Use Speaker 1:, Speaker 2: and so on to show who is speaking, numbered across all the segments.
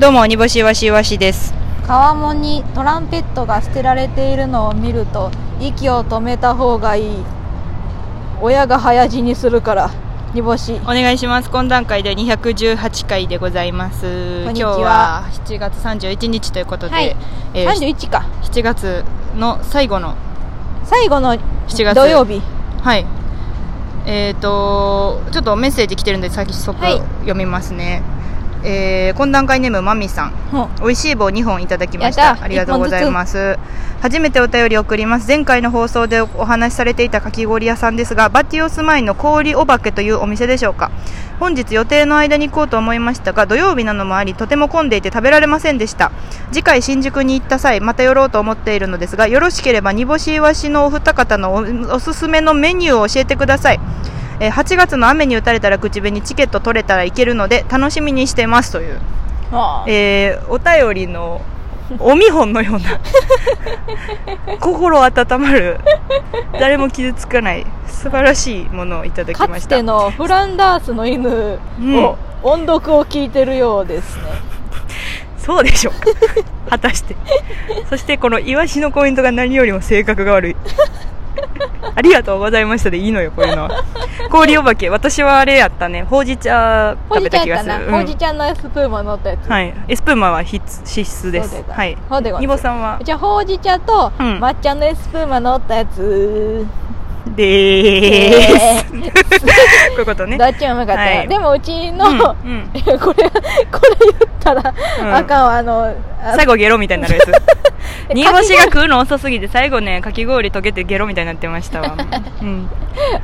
Speaker 1: どうも煮干しわしわしです
Speaker 2: 川面にトランペットが捨てられているのを見ると息を止めた方がいい親が早死にするから煮干し
Speaker 1: お願いします懇談会で218回でございます
Speaker 2: こ
Speaker 1: 今
Speaker 2: んに
Speaker 1: 日
Speaker 2: ちは
Speaker 1: は7月31日ということで、
Speaker 2: はい
Speaker 1: えー
Speaker 2: 31か
Speaker 1: 7月の最後の
Speaker 2: 最後の
Speaker 1: 7月
Speaker 2: 土曜日
Speaker 1: はいえー、とちょっとメッセージ来てるんで先そこ
Speaker 2: はい
Speaker 1: 読みますね、えー懇談会ネームまみさん
Speaker 2: うん
Speaker 1: 美味しい棒2本いただきまし
Speaker 2: や
Speaker 1: た
Speaker 2: った
Speaker 1: ありがとうございます初めてお便り送ります前回の放送でお話しされていたかき氷屋さんですがバティオス前の氷お化けというお店でしょうか本日予定の間に行こうと思いましたが土曜日なのもありとても混んでいて食べられませんでした次回新宿に行った際また寄ろうと思っているのですがよろしければ煮干しいわしのお二方のおおすすめのメニューを教えてくださいえー8月の雨に打たれたら口紅チケット取れたらいけるので楽しみにしてますという
Speaker 2: あー
Speaker 1: えーお便りのお見本のような 心温まる誰も傷つかない素晴らしいものをいただき
Speaker 2: か
Speaker 1: まし
Speaker 2: つ
Speaker 1: た
Speaker 2: てのフランダースの犬を、
Speaker 1: うん
Speaker 2: 音読を聞いてるようですね
Speaker 1: そうでしょうか果たしてそしてこのイワシのポイントが何よりも性格が悪いありがとうございましたでいいのよこういうのは氷お化け私はあれやったねほうじ茶
Speaker 2: ほう
Speaker 1: 食べ
Speaker 2: じちゃ
Speaker 1: た
Speaker 2: ん
Speaker 1: 気
Speaker 2: や
Speaker 1: が
Speaker 2: っ
Speaker 1: す
Speaker 2: た
Speaker 1: る
Speaker 2: なほうじ
Speaker 1: うん
Speaker 2: ちゃんのエスプーマ乗ったやつ
Speaker 1: はいエスプーマは必必須です
Speaker 2: そうでだ
Speaker 1: はい
Speaker 2: そうでございます
Speaker 1: にぼさんは
Speaker 2: じゃあほうじ茶と
Speaker 1: うん
Speaker 2: 抹茶のエスプーマ乗ったやつ、
Speaker 1: でーす、
Speaker 2: えー
Speaker 1: こういうことね
Speaker 2: どっちも向かった、
Speaker 1: はい
Speaker 2: でもうちの、
Speaker 1: うんうん
Speaker 2: い やこれこれ言ったら、
Speaker 1: ん
Speaker 2: あかんわあのあ
Speaker 1: 最後ゲロみたいになるやつ
Speaker 2: え
Speaker 1: 煮干しが食うの遅すぎて最後ねかき氷溶けてゲロみたいになってましたわ、うん、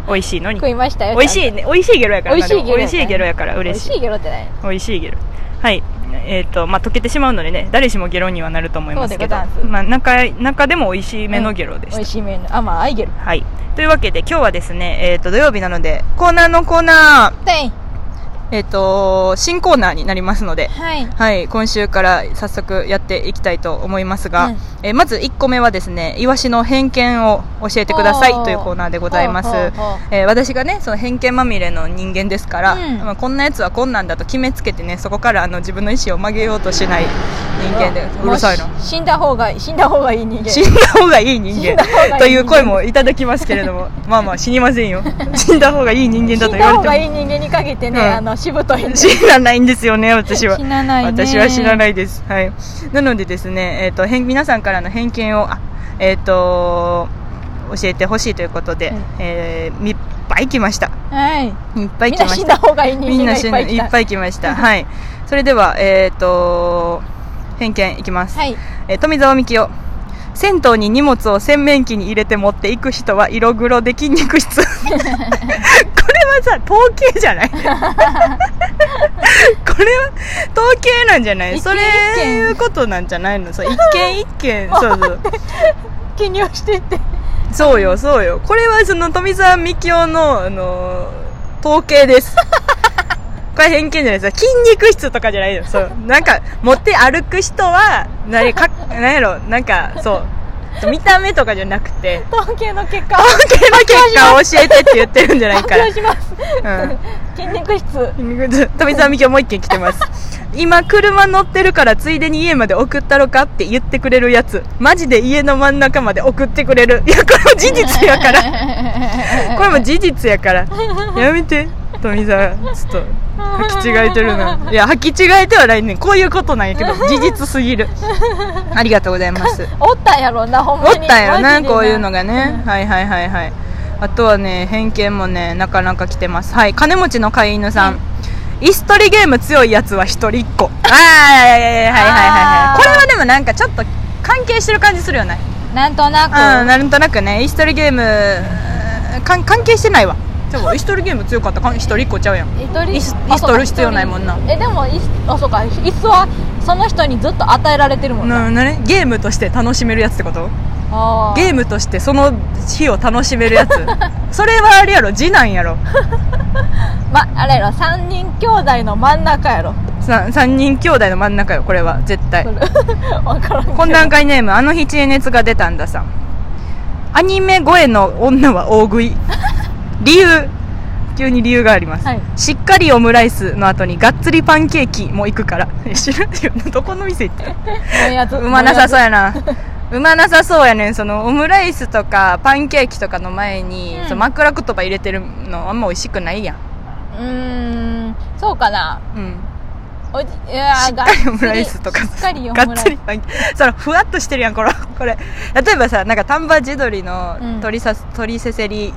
Speaker 1: 美味しいのに
Speaker 2: 食いましたよ
Speaker 1: 美味し
Speaker 2: ち
Speaker 1: いね美味しいゲロやから
Speaker 2: 美味しいゲロやか
Speaker 1: 美
Speaker 2: ら
Speaker 1: 味しいゲロやから
Speaker 2: ゃんと美
Speaker 1: 嬉
Speaker 2: 味
Speaker 1: し
Speaker 2: し
Speaker 1: い
Speaker 2: いゲロってない
Speaker 1: 美味しいゲロはいえーとまあ、溶けてしまうのでね誰しもゲロにはなると思いますけど
Speaker 2: そうでござんす
Speaker 1: まあ、中中でも美味しい目のゲロでした、
Speaker 2: 美味しい麺のあまあアイゲロ
Speaker 1: はい、というわけで今日はですね、えー、と土曜日なのでコーナーのコーナー、
Speaker 2: はい
Speaker 1: えー、と新コーナーになりますので
Speaker 2: はい
Speaker 1: はい、今週から早速やっていきたいと思いますが、
Speaker 2: うん
Speaker 1: えーまず1個目はですね、イワシの偏見を教えてください
Speaker 2: ほう
Speaker 1: というコーナーでございます
Speaker 2: ほうほうほう。
Speaker 1: えー私がね、その偏見まみれの人間ですから、
Speaker 2: うん
Speaker 1: まあ、こんなやつはこんなんだと決めつけてね、そこからあの自分の意思を曲げようとしない人間で、うるさいな
Speaker 2: も。う死んだ方がいい死んだ方がいい人間
Speaker 1: 死んだ方がいい人
Speaker 2: 死
Speaker 1: 間
Speaker 2: んだ方がいい人間
Speaker 1: という声もいただきますけれども、まあまあ死にませんよ。死んだ方がいい人間だと
Speaker 2: 死ん
Speaker 1: 言
Speaker 2: だ
Speaker 1: わ
Speaker 2: 方がい
Speaker 1: れ
Speaker 2: い
Speaker 1: ても。
Speaker 2: 人間に限ってね、
Speaker 1: うん
Speaker 2: あのしぶと いんで
Speaker 1: 死なないんですよね、私は。
Speaker 2: 死なないね
Speaker 1: 私は知ら
Speaker 2: い
Speaker 1: ないです。はい。なのでですね、えっ、と、偏皆さんからの偏見を、あ、えっ、と、教えてほしいということで、
Speaker 2: うん
Speaker 1: えーいっぱい来ました。
Speaker 2: はい
Speaker 1: いっぱい
Speaker 2: みん
Speaker 1: 来ま
Speaker 2: な死
Speaker 1: し
Speaker 2: ん
Speaker 1: た。
Speaker 2: だ方がいい
Speaker 1: み
Speaker 2: 人
Speaker 1: んな
Speaker 2: 間がい
Speaker 1: 死
Speaker 2: っ
Speaker 1: んだ
Speaker 2: ぱい
Speaker 1: い
Speaker 2: 来た
Speaker 1: っぱい来ました。はい。それでは、えっ、と、偏見いきます。
Speaker 2: はい
Speaker 1: えー富澤美樹夫。銭湯に荷物を洗面器に入れて持っていく人は色黒で筋肉質 これはさ統計じゃないこれは統計なんじゃない
Speaker 2: 一
Speaker 1: そ
Speaker 2: 軒
Speaker 1: れ
Speaker 2: 一軒
Speaker 1: いうことなんじゃないのそう一軒一 軒そうそう
Speaker 2: 記入してって
Speaker 1: そうよそうよこれはその富澤美樹夫の、あのー統計です これ偏見じゃないです筋肉質とかじゃないよそうなんか持って歩く人は何 か何やろなんかそう見た目とかじゃなくて
Speaker 2: 統計の結果
Speaker 1: 統計の結果を教えてって言ってるんじゃない
Speaker 2: 発
Speaker 1: か
Speaker 2: 表します
Speaker 1: ら、うん
Speaker 2: 筋肉質
Speaker 1: 富澤美京もう一件来てます今車乗ってるからついでに家まで送ったろかって言ってくれるやつマジで家の真ん中まで送ってくれるいやこれも事実やからこれも事実やからやめて富澤ちょっと履き違えてるないや履き違えてはないねんこういうことなんやけど事実すぎるありがとうございます
Speaker 2: おったんやろなほん
Speaker 1: お
Speaker 2: ま
Speaker 1: っ
Speaker 2: に
Speaker 1: たんよ
Speaker 2: マ
Speaker 1: な
Speaker 2: ジで
Speaker 1: こういうのがねはいはいはいはいあとはね偏見もねなかなか来てますはい金持ちの飼い犬さん、椅子取りゲーム強いやつは一人っ子ああはいはいはいはいはい
Speaker 2: あー
Speaker 1: これはでもなんかちょっと関係してる感じするよね
Speaker 2: なんとなく
Speaker 1: うんなんとなくね椅子取りゲームうんかん関係してないわでも椅子取りゲーム強かったかん一人っ子ちゃうやん
Speaker 2: 一人
Speaker 1: 椅子
Speaker 2: あ
Speaker 1: 椅子取る必要ないもんな
Speaker 2: そうか一人えでも椅子あそうか椅子はその人にずっと与えられてるもんな
Speaker 1: ななねゲームとして楽しめるやつってこと
Speaker 2: あ
Speaker 1: ゲームとしてその日を楽しめるやつそれはあれやろ次男やろ
Speaker 2: ーまあれやろ三人兄弟の真ん中やろ
Speaker 1: さ3人兄弟の真ん中よこれは絶対
Speaker 2: それわからんけど
Speaker 1: 懇談会ネームあの日知恵熱が出たんだ さんアニメ声の女は大食い理由急に理由があります、
Speaker 2: はい
Speaker 1: しっかりオムライスの後にがっつりパンケーキも行くからえ知らんよどこの店行 って
Speaker 2: もうやつ
Speaker 1: うまなさそうやなうまなさそうやねんそのオムライスとかパンケーキとかの前に、
Speaker 2: うん
Speaker 1: その枕言葉入れてるのあんま美味しくないやん、
Speaker 2: うーんそうかな
Speaker 1: うん、
Speaker 2: おじいや
Speaker 1: しっかりオムライスとか
Speaker 2: しっかりオム
Speaker 1: が
Speaker 2: ライス
Speaker 1: っつりパンケーキその ふわっとしてるやんこれこれ例えばさなんか丹波地鶏の
Speaker 2: うん
Speaker 1: 鶏さ、鶏せせり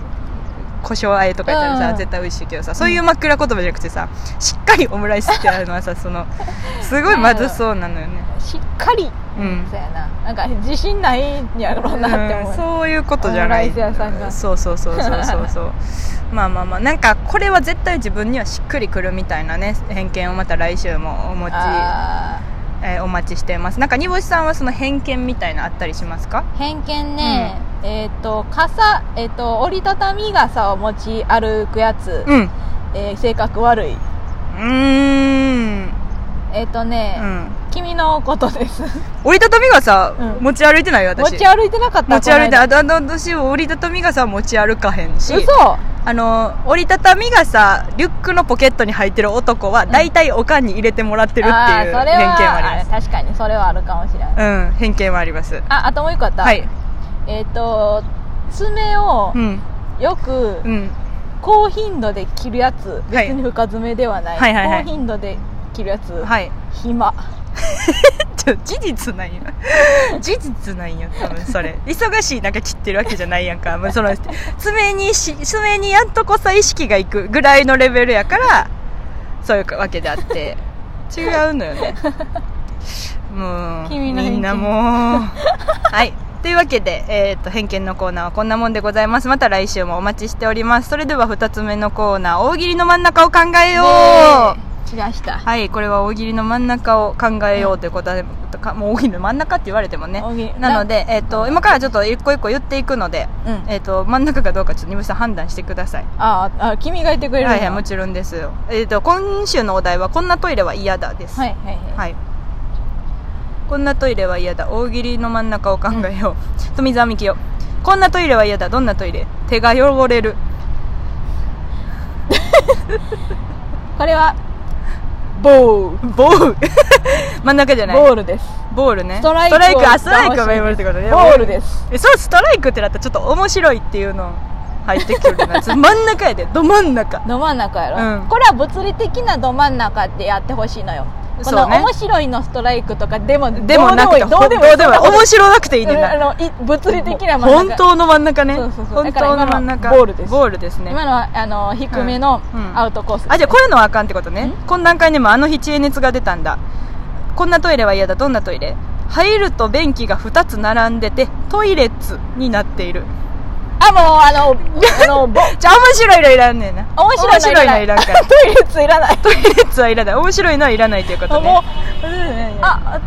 Speaker 1: 胡椒あえとか言ったらさ、
Speaker 2: うん
Speaker 1: 絶対美味しいけどさそういう枕言葉じゃなくてさしっかりオムライスってあるのはさそのすごいまずそうなのよね
Speaker 2: しっかり
Speaker 1: うん
Speaker 2: そうやななんか自信ないんやろうなって思う、
Speaker 1: うんそういうことじゃない
Speaker 2: オムライス屋さんが
Speaker 1: そうそうそうそうそうそう まあまあまあなんかこれは絶対自分にはしっくりくるみたいなね偏見をまた来週もお持ち
Speaker 2: あ
Speaker 1: えーお待ちしていますなんか煮干しさんはその偏見みたいなあったりしますか
Speaker 2: ー偏見ね、えっ、と傘えっ、と折りたたみ傘を持ち歩くやつ、
Speaker 1: うんう
Speaker 2: えー性格悪い
Speaker 1: ーん
Speaker 2: えっ、とね、
Speaker 1: うん
Speaker 2: 君のことです
Speaker 1: 折りたたみ傘、
Speaker 2: うん
Speaker 1: 持ち歩いてないよ私
Speaker 2: 持ち歩いてなかった
Speaker 1: 持ち歩いて
Speaker 2: この間
Speaker 1: あとあの私折りたたみ傘は持ち歩かへんし
Speaker 2: 嘘
Speaker 1: あの折りたたみ傘リュックのポケットに入ってる男は大体おかんに入れてもらってるっていう
Speaker 2: あ
Speaker 1: 偏
Speaker 2: ー
Speaker 1: 見
Speaker 2: それは
Speaker 1: はあります
Speaker 2: あ確かにそれはあるかもしれない、
Speaker 1: うん偏見はあります
Speaker 2: ああともう一個あった、
Speaker 1: はい
Speaker 2: えっ、と爪を
Speaker 1: うん
Speaker 2: よく
Speaker 1: うん
Speaker 2: 高頻度で切るやつ、
Speaker 1: はい
Speaker 2: 別に深爪ではない,、
Speaker 1: はいはいはい
Speaker 2: 高頻度で切るやつ、
Speaker 1: はい
Speaker 2: 暇
Speaker 1: ちょ事実なんや事実なんや多分それ忙しいなんか切ってるわけじゃないやんか、まあ、その爪にし爪にやっとこさ意識がいくぐらいのレベルやからそういうわけであって違うのよねもう
Speaker 2: 君の偏見
Speaker 1: みんなもうはいというわけで、えー、と偏見のコーナーはこんなもんでございますまた来週もお待ちしておりますそれでは2つ目のコーナー大喜利の真ん中を考えよう、
Speaker 2: う違した
Speaker 1: はい、これは大喜利の真ん中を考えようということで、かもう大喜利の真ん中って言われてもね
Speaker 2: 大喜利
Speaker 1: なので、えっと今からちょっと一個一個言っていくので、
Speaker 2: うん
Speaker 1: えっと真ん中かどうかちょっと二部さん判断してください
Speaker 2: あーあ君がいてくれるの
Speaker 1: はいはいもちろんですよ、えっと今週のお題は「こんなトイレは嫌だ」です、
Speaker 2: はいいはいはい
Speaker 1: はい、こんなトイレは嫌だ大喜利の真ん中を考えよう、富澤美樹よこんなトイレは嫌だどんなトイレ手が汚れる
Speaker 2: これは
Speaker 1: ボーボー 真ん中じゃない
Speaker 2: ボールです
Speaker 1: ボールね
Speaker 2: ストライク
Speaker 1: ストライクあ
Speaker 2: を
Speaker 1: ストライクが言われてことね
Speaker 2: ボールです
Speaker 1: えそうストライクってなったらちょっと面白いっていうの入ってくる な真ん中やでど真ん中
Speaker 2: ど真ん中やろ、
Speaker 1: うん
Speaker 2: これは物理的など真ん中でやってほしいのよこ
Speaker 1: そ
Speaker 2: の
Speaker 1: うね
Speaker 2: 面白いのストライクとかでも
Speaker 1: でもなくて
Speaker 2: どうでもいい
Speaker 1: ほ
Speaker 2: ど
Speaker 1: ど
Speaker 2: う
Speaker 1: う
Speaker 2: で
Speaker 1: で
Speaker 2: も
Speaker 1: も
Speaker 2: いい
Speaker 1: いい面白なくていいねん
Speaker 2: あ
Speaker 1: な
Speaker 2: のい物理的な真ん
Speaker 1: 本
Speaker 2: 中
Speaker 1: 当の真ん中ね
Speaker 2: そうそうそう
Speaker 1: 本当の真ん
Speaker 2: だ
Speaker 1: 中
Speaker 2: から今のはボールです
Speaker 1: ボールですね
Speaker 2: 今のはあの低めの
Speaker 1: うんうん
Speaker 2: アウトコース、
Speaker 1: あじゃあこういうのはあかんってことね
Speaker 2: ん
Speaker 1: 懇談会にもあの日知恵熱が出たんだこんなトイレは嫌だどんなトイレ入ると便器が2つ並んでてトイレッツになっている
Speaker 2: あもうあのあのぼ
Speaker 1: じゃあ面白いのいらんねんな
Speaker 2: 面白いのいらな
Speaker 1: 面白いの
Speaker 2: い
Speaker 1: いらん から
Speaker 2: トイレッツいらない
Speaker 1: トイレッツはいらない面白いのはいらないということね
Speaker 2: もう
Speaker 1: あ
Speaker 2: ああ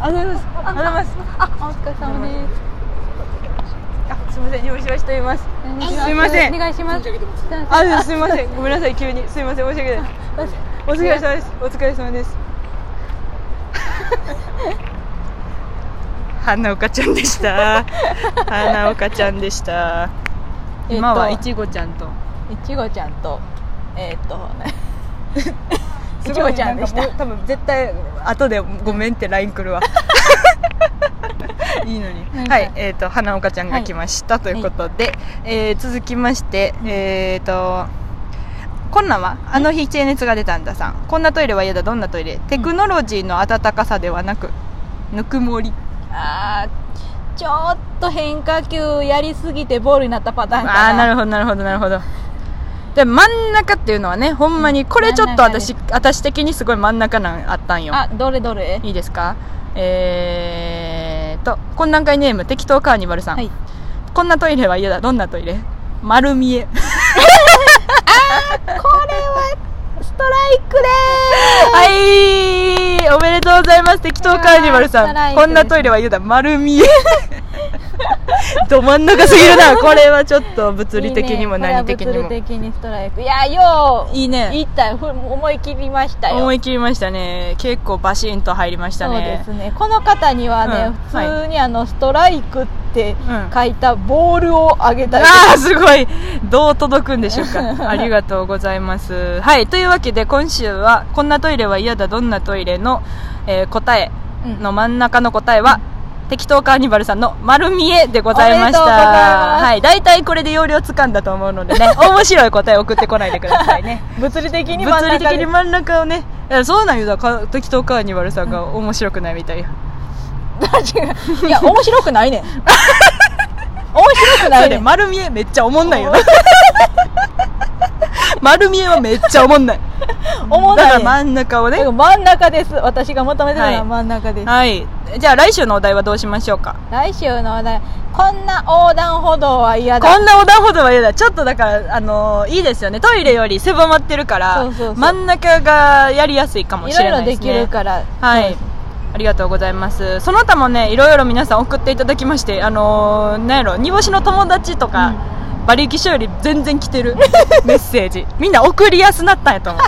Speaker 2: ありがとうございますありがとうございますあお疲れ様です
Speaker 1: あすみません用意しましていますすいません
Speaker 2: お願いします
Speaker 1: あすみませ んごめんなさい急にすみません申し訳ないお疲れ様ですお疲れ様です 花岡ちゃんでした花岡ちゃんでした
Speaker 2: えっと
Speaker 1: 今はいちごちゃんと
Speaker 2: いちごちゃんとえーっといちごちゃんで し
Speaker 1: す
Speaker 2: た
Speaker 1: ごいなんかもう多分絶対後でごめんって LINE 来るわ いいのに
Speaker 2: なんか
Speaker 1: はいえっ、と花岡ちゃんが来ました、ということで、えー続きましてえっ、とこんなんはあの日知恵熱が出たんださんこんなトイレは嫌だどんなトイレテクノロジーの温かさではなくぬくもり
Speaker 2: あーちょっと変化球やりすぎてボールになったパターンかな
Speaker 1: ああーなる
Speaker 2: ほ
Speaker 1: ほどなるほどなるほどで真ん中っていうのはねほんまにこれちょっと
Speaker 2: 真ん中です
Speaker 1: 私私的にすごい真ん中なんあったんよ
Speaker 2: あどれどれ
Speaker 1: いいですかえーと懇談会ネーム適当カーニバルさん、
Speaker 2: はい
Speaker 1: こんなトイレは嫌だどんなトイレ丸見 え
Speaker 2: ストライクで
Speaker 1: はいおめでとうございます適当カーニバル
Speaker 2: うわースト
Speaker 1: さ
Speaker 2: ライ
Speaker 1: ん
Speaker 2: クです
Speaker 1: こんなトイレは嫌だ丸見えど真ん中すぎるなこれはちょっと物理的にも何的に
Speaker 2: いいね
Speaker 1: も
Speaker 2: これは物理的にストライクいやよう
Speaker 1: いいね
Speaker 2: 言ったよふ思い切りましたよ
Speaker 1: 思い切りましたね結構バシンと入りました
Speaker 2: そう
Speaker 1: ね
Speaker 2: ですねこの方にはね、
Speaker 1: うん
Speaker 2: 普通にあのストライクって
Speaker 1: うん
Speaker 2: 書いたボールをあげたり、
Speaker 1: ああすごいどう届くんでしょう かありがとうございますはいというわけで今週は「こんなトイレは嫌だどんなトイレの」えー答え
Speaker 2: うん
Speaker 1: の真ん中の答えは、適当カーニバルさんの丸見えでございました
Speaker 2: おめでとうございます
Speaker 1: はい大体これで要領つかんだと思うのでね 面白い答え送ってこないでくださいね
Speaker 2: 物理的に真ん
Speaker 1: 物理的
Speaker 2: 中で
Speaker 1: に真ん中をねいやそうなんよだから適当カーニバルさんが面白くないみたいよ
Speaker 2: 違う いや面白くないねん面白くな
Speaker 1: そ
Speaker 2: いう
Speaker 1: ね
Speaker 2: ねん
Speaker 1: 丸見えめっちゃおもんないよ丸見えはめっちゃおもんない
Speaker 2: おもんな
Speaker 1: だ
Speaker 2: いね
Speaker 1: から
Speaker 2: ん
Speaker 1: 真ん中を
Speaker 2: だか
Speaker 1: ね
Speaker 2: ら真ん中です私が求めてるの
Speaker 1: は
Speaker 2: はい真ん中です、
Speaker 1: はいじゃあ来週のお題はどうしましょうか
Speaker 2: 来週のお題こんな横断歩道は嫌だ
Speaker 1: こんな横断歩道は嫌だちょっとだからあのーいいですよねトイレより狭まってるから
Speaker 2: そうそうそう
Speaker 1: 真ん中がやりやすいかも
Speaker 2: い
Speaker 1: し
Speaker 2: ろ
Speaker 1: れ
Speaker 2: い
Speaker 1: な
Speaker 2: ろ
Speaker 1: いで
Speaker 2: ですき
Speaker 1: ね
Speaker 2: るから
Speaker 1: はいありがとうございますその他もねいろいろ皆さん送っていただきましてあのー、なんやろ煮干しの友達とか、馬力書より全然来てるメッセージみんな送りやすなったんやと思う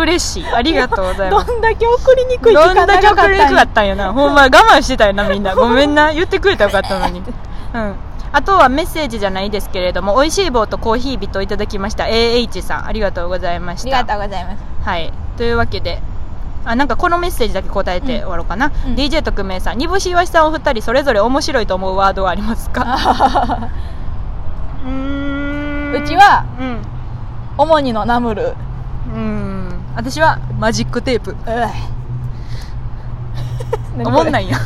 Speaker 1: 嬉しいありがとうございます
Speaker 2: どんだけ送りにくい時
Speaker 1: どん
Speaker 2: 間
Speaker 1: だけ
Speaker 2: 長
Speaker 1: 遅
Speaker 2: かったん
Speaker 1: れ
Speaker 2: や
Speaker 1: くだったん やなほんま我慢してたよなみんなごめんな言ってくれたらよかった のにうんあとはメッセージじゃないですけれども美味しい棒とコーヒー人いただきました AH さんありがとうございま
Speaker 2: あ
Speaker 1: し
Speaker 2: り
Speaker 1: た
Speaker 2: がとうございます
Speaker 1: はいというわけであなんかこのメッセージだけ答えて終わろうかな、
Speaker 2: うんうん
Speaker 1: DJ 特命さん煮干しわしさんお二人それぞれ面白いと思うワードはあります かうーん
Speaker 2: うちは
Speaker 1: うん
Speaker 2: 主にのナムルう
Speaker 1: うん私はマジックテープ
Speaker 2: い
Speaker 1: 思んないや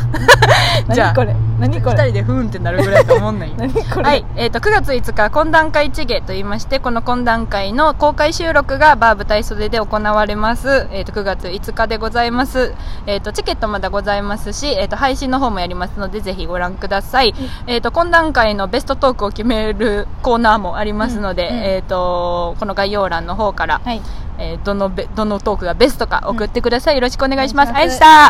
Speaker 1: じゃあ
Speaker 2: 何これ何こ
Speaker 1: 2
Speaker 2: れ
Speaker 1: 人でふーんってなるぐらいと思ん ないよ
Speaker 2: 何これ
Speaker 1: はい、えー、と9月5日懇談会チゲといいましてこの懇談会の公開収録がバー舞台袖で行われます、えー、と9月5日でございます、えー、とチケットまだございますし、えー、と配信の方もやりますのでぜひご覧ください、えー、と懇談会のベストトークを決めるコーナーもありますので、
Speaker 2: うんうん
Speaker 1: えー、とこの概要欄の方から、
Speaker 2: はい
Speaker 1: えーどのべどのトークがベストか送ってください、よろしくお願いします、
Speaker 2: お
Speaker 1: あ
Speaker 2: 願
Speaker 1: や
Speaker 2: いします
Speaker 1: した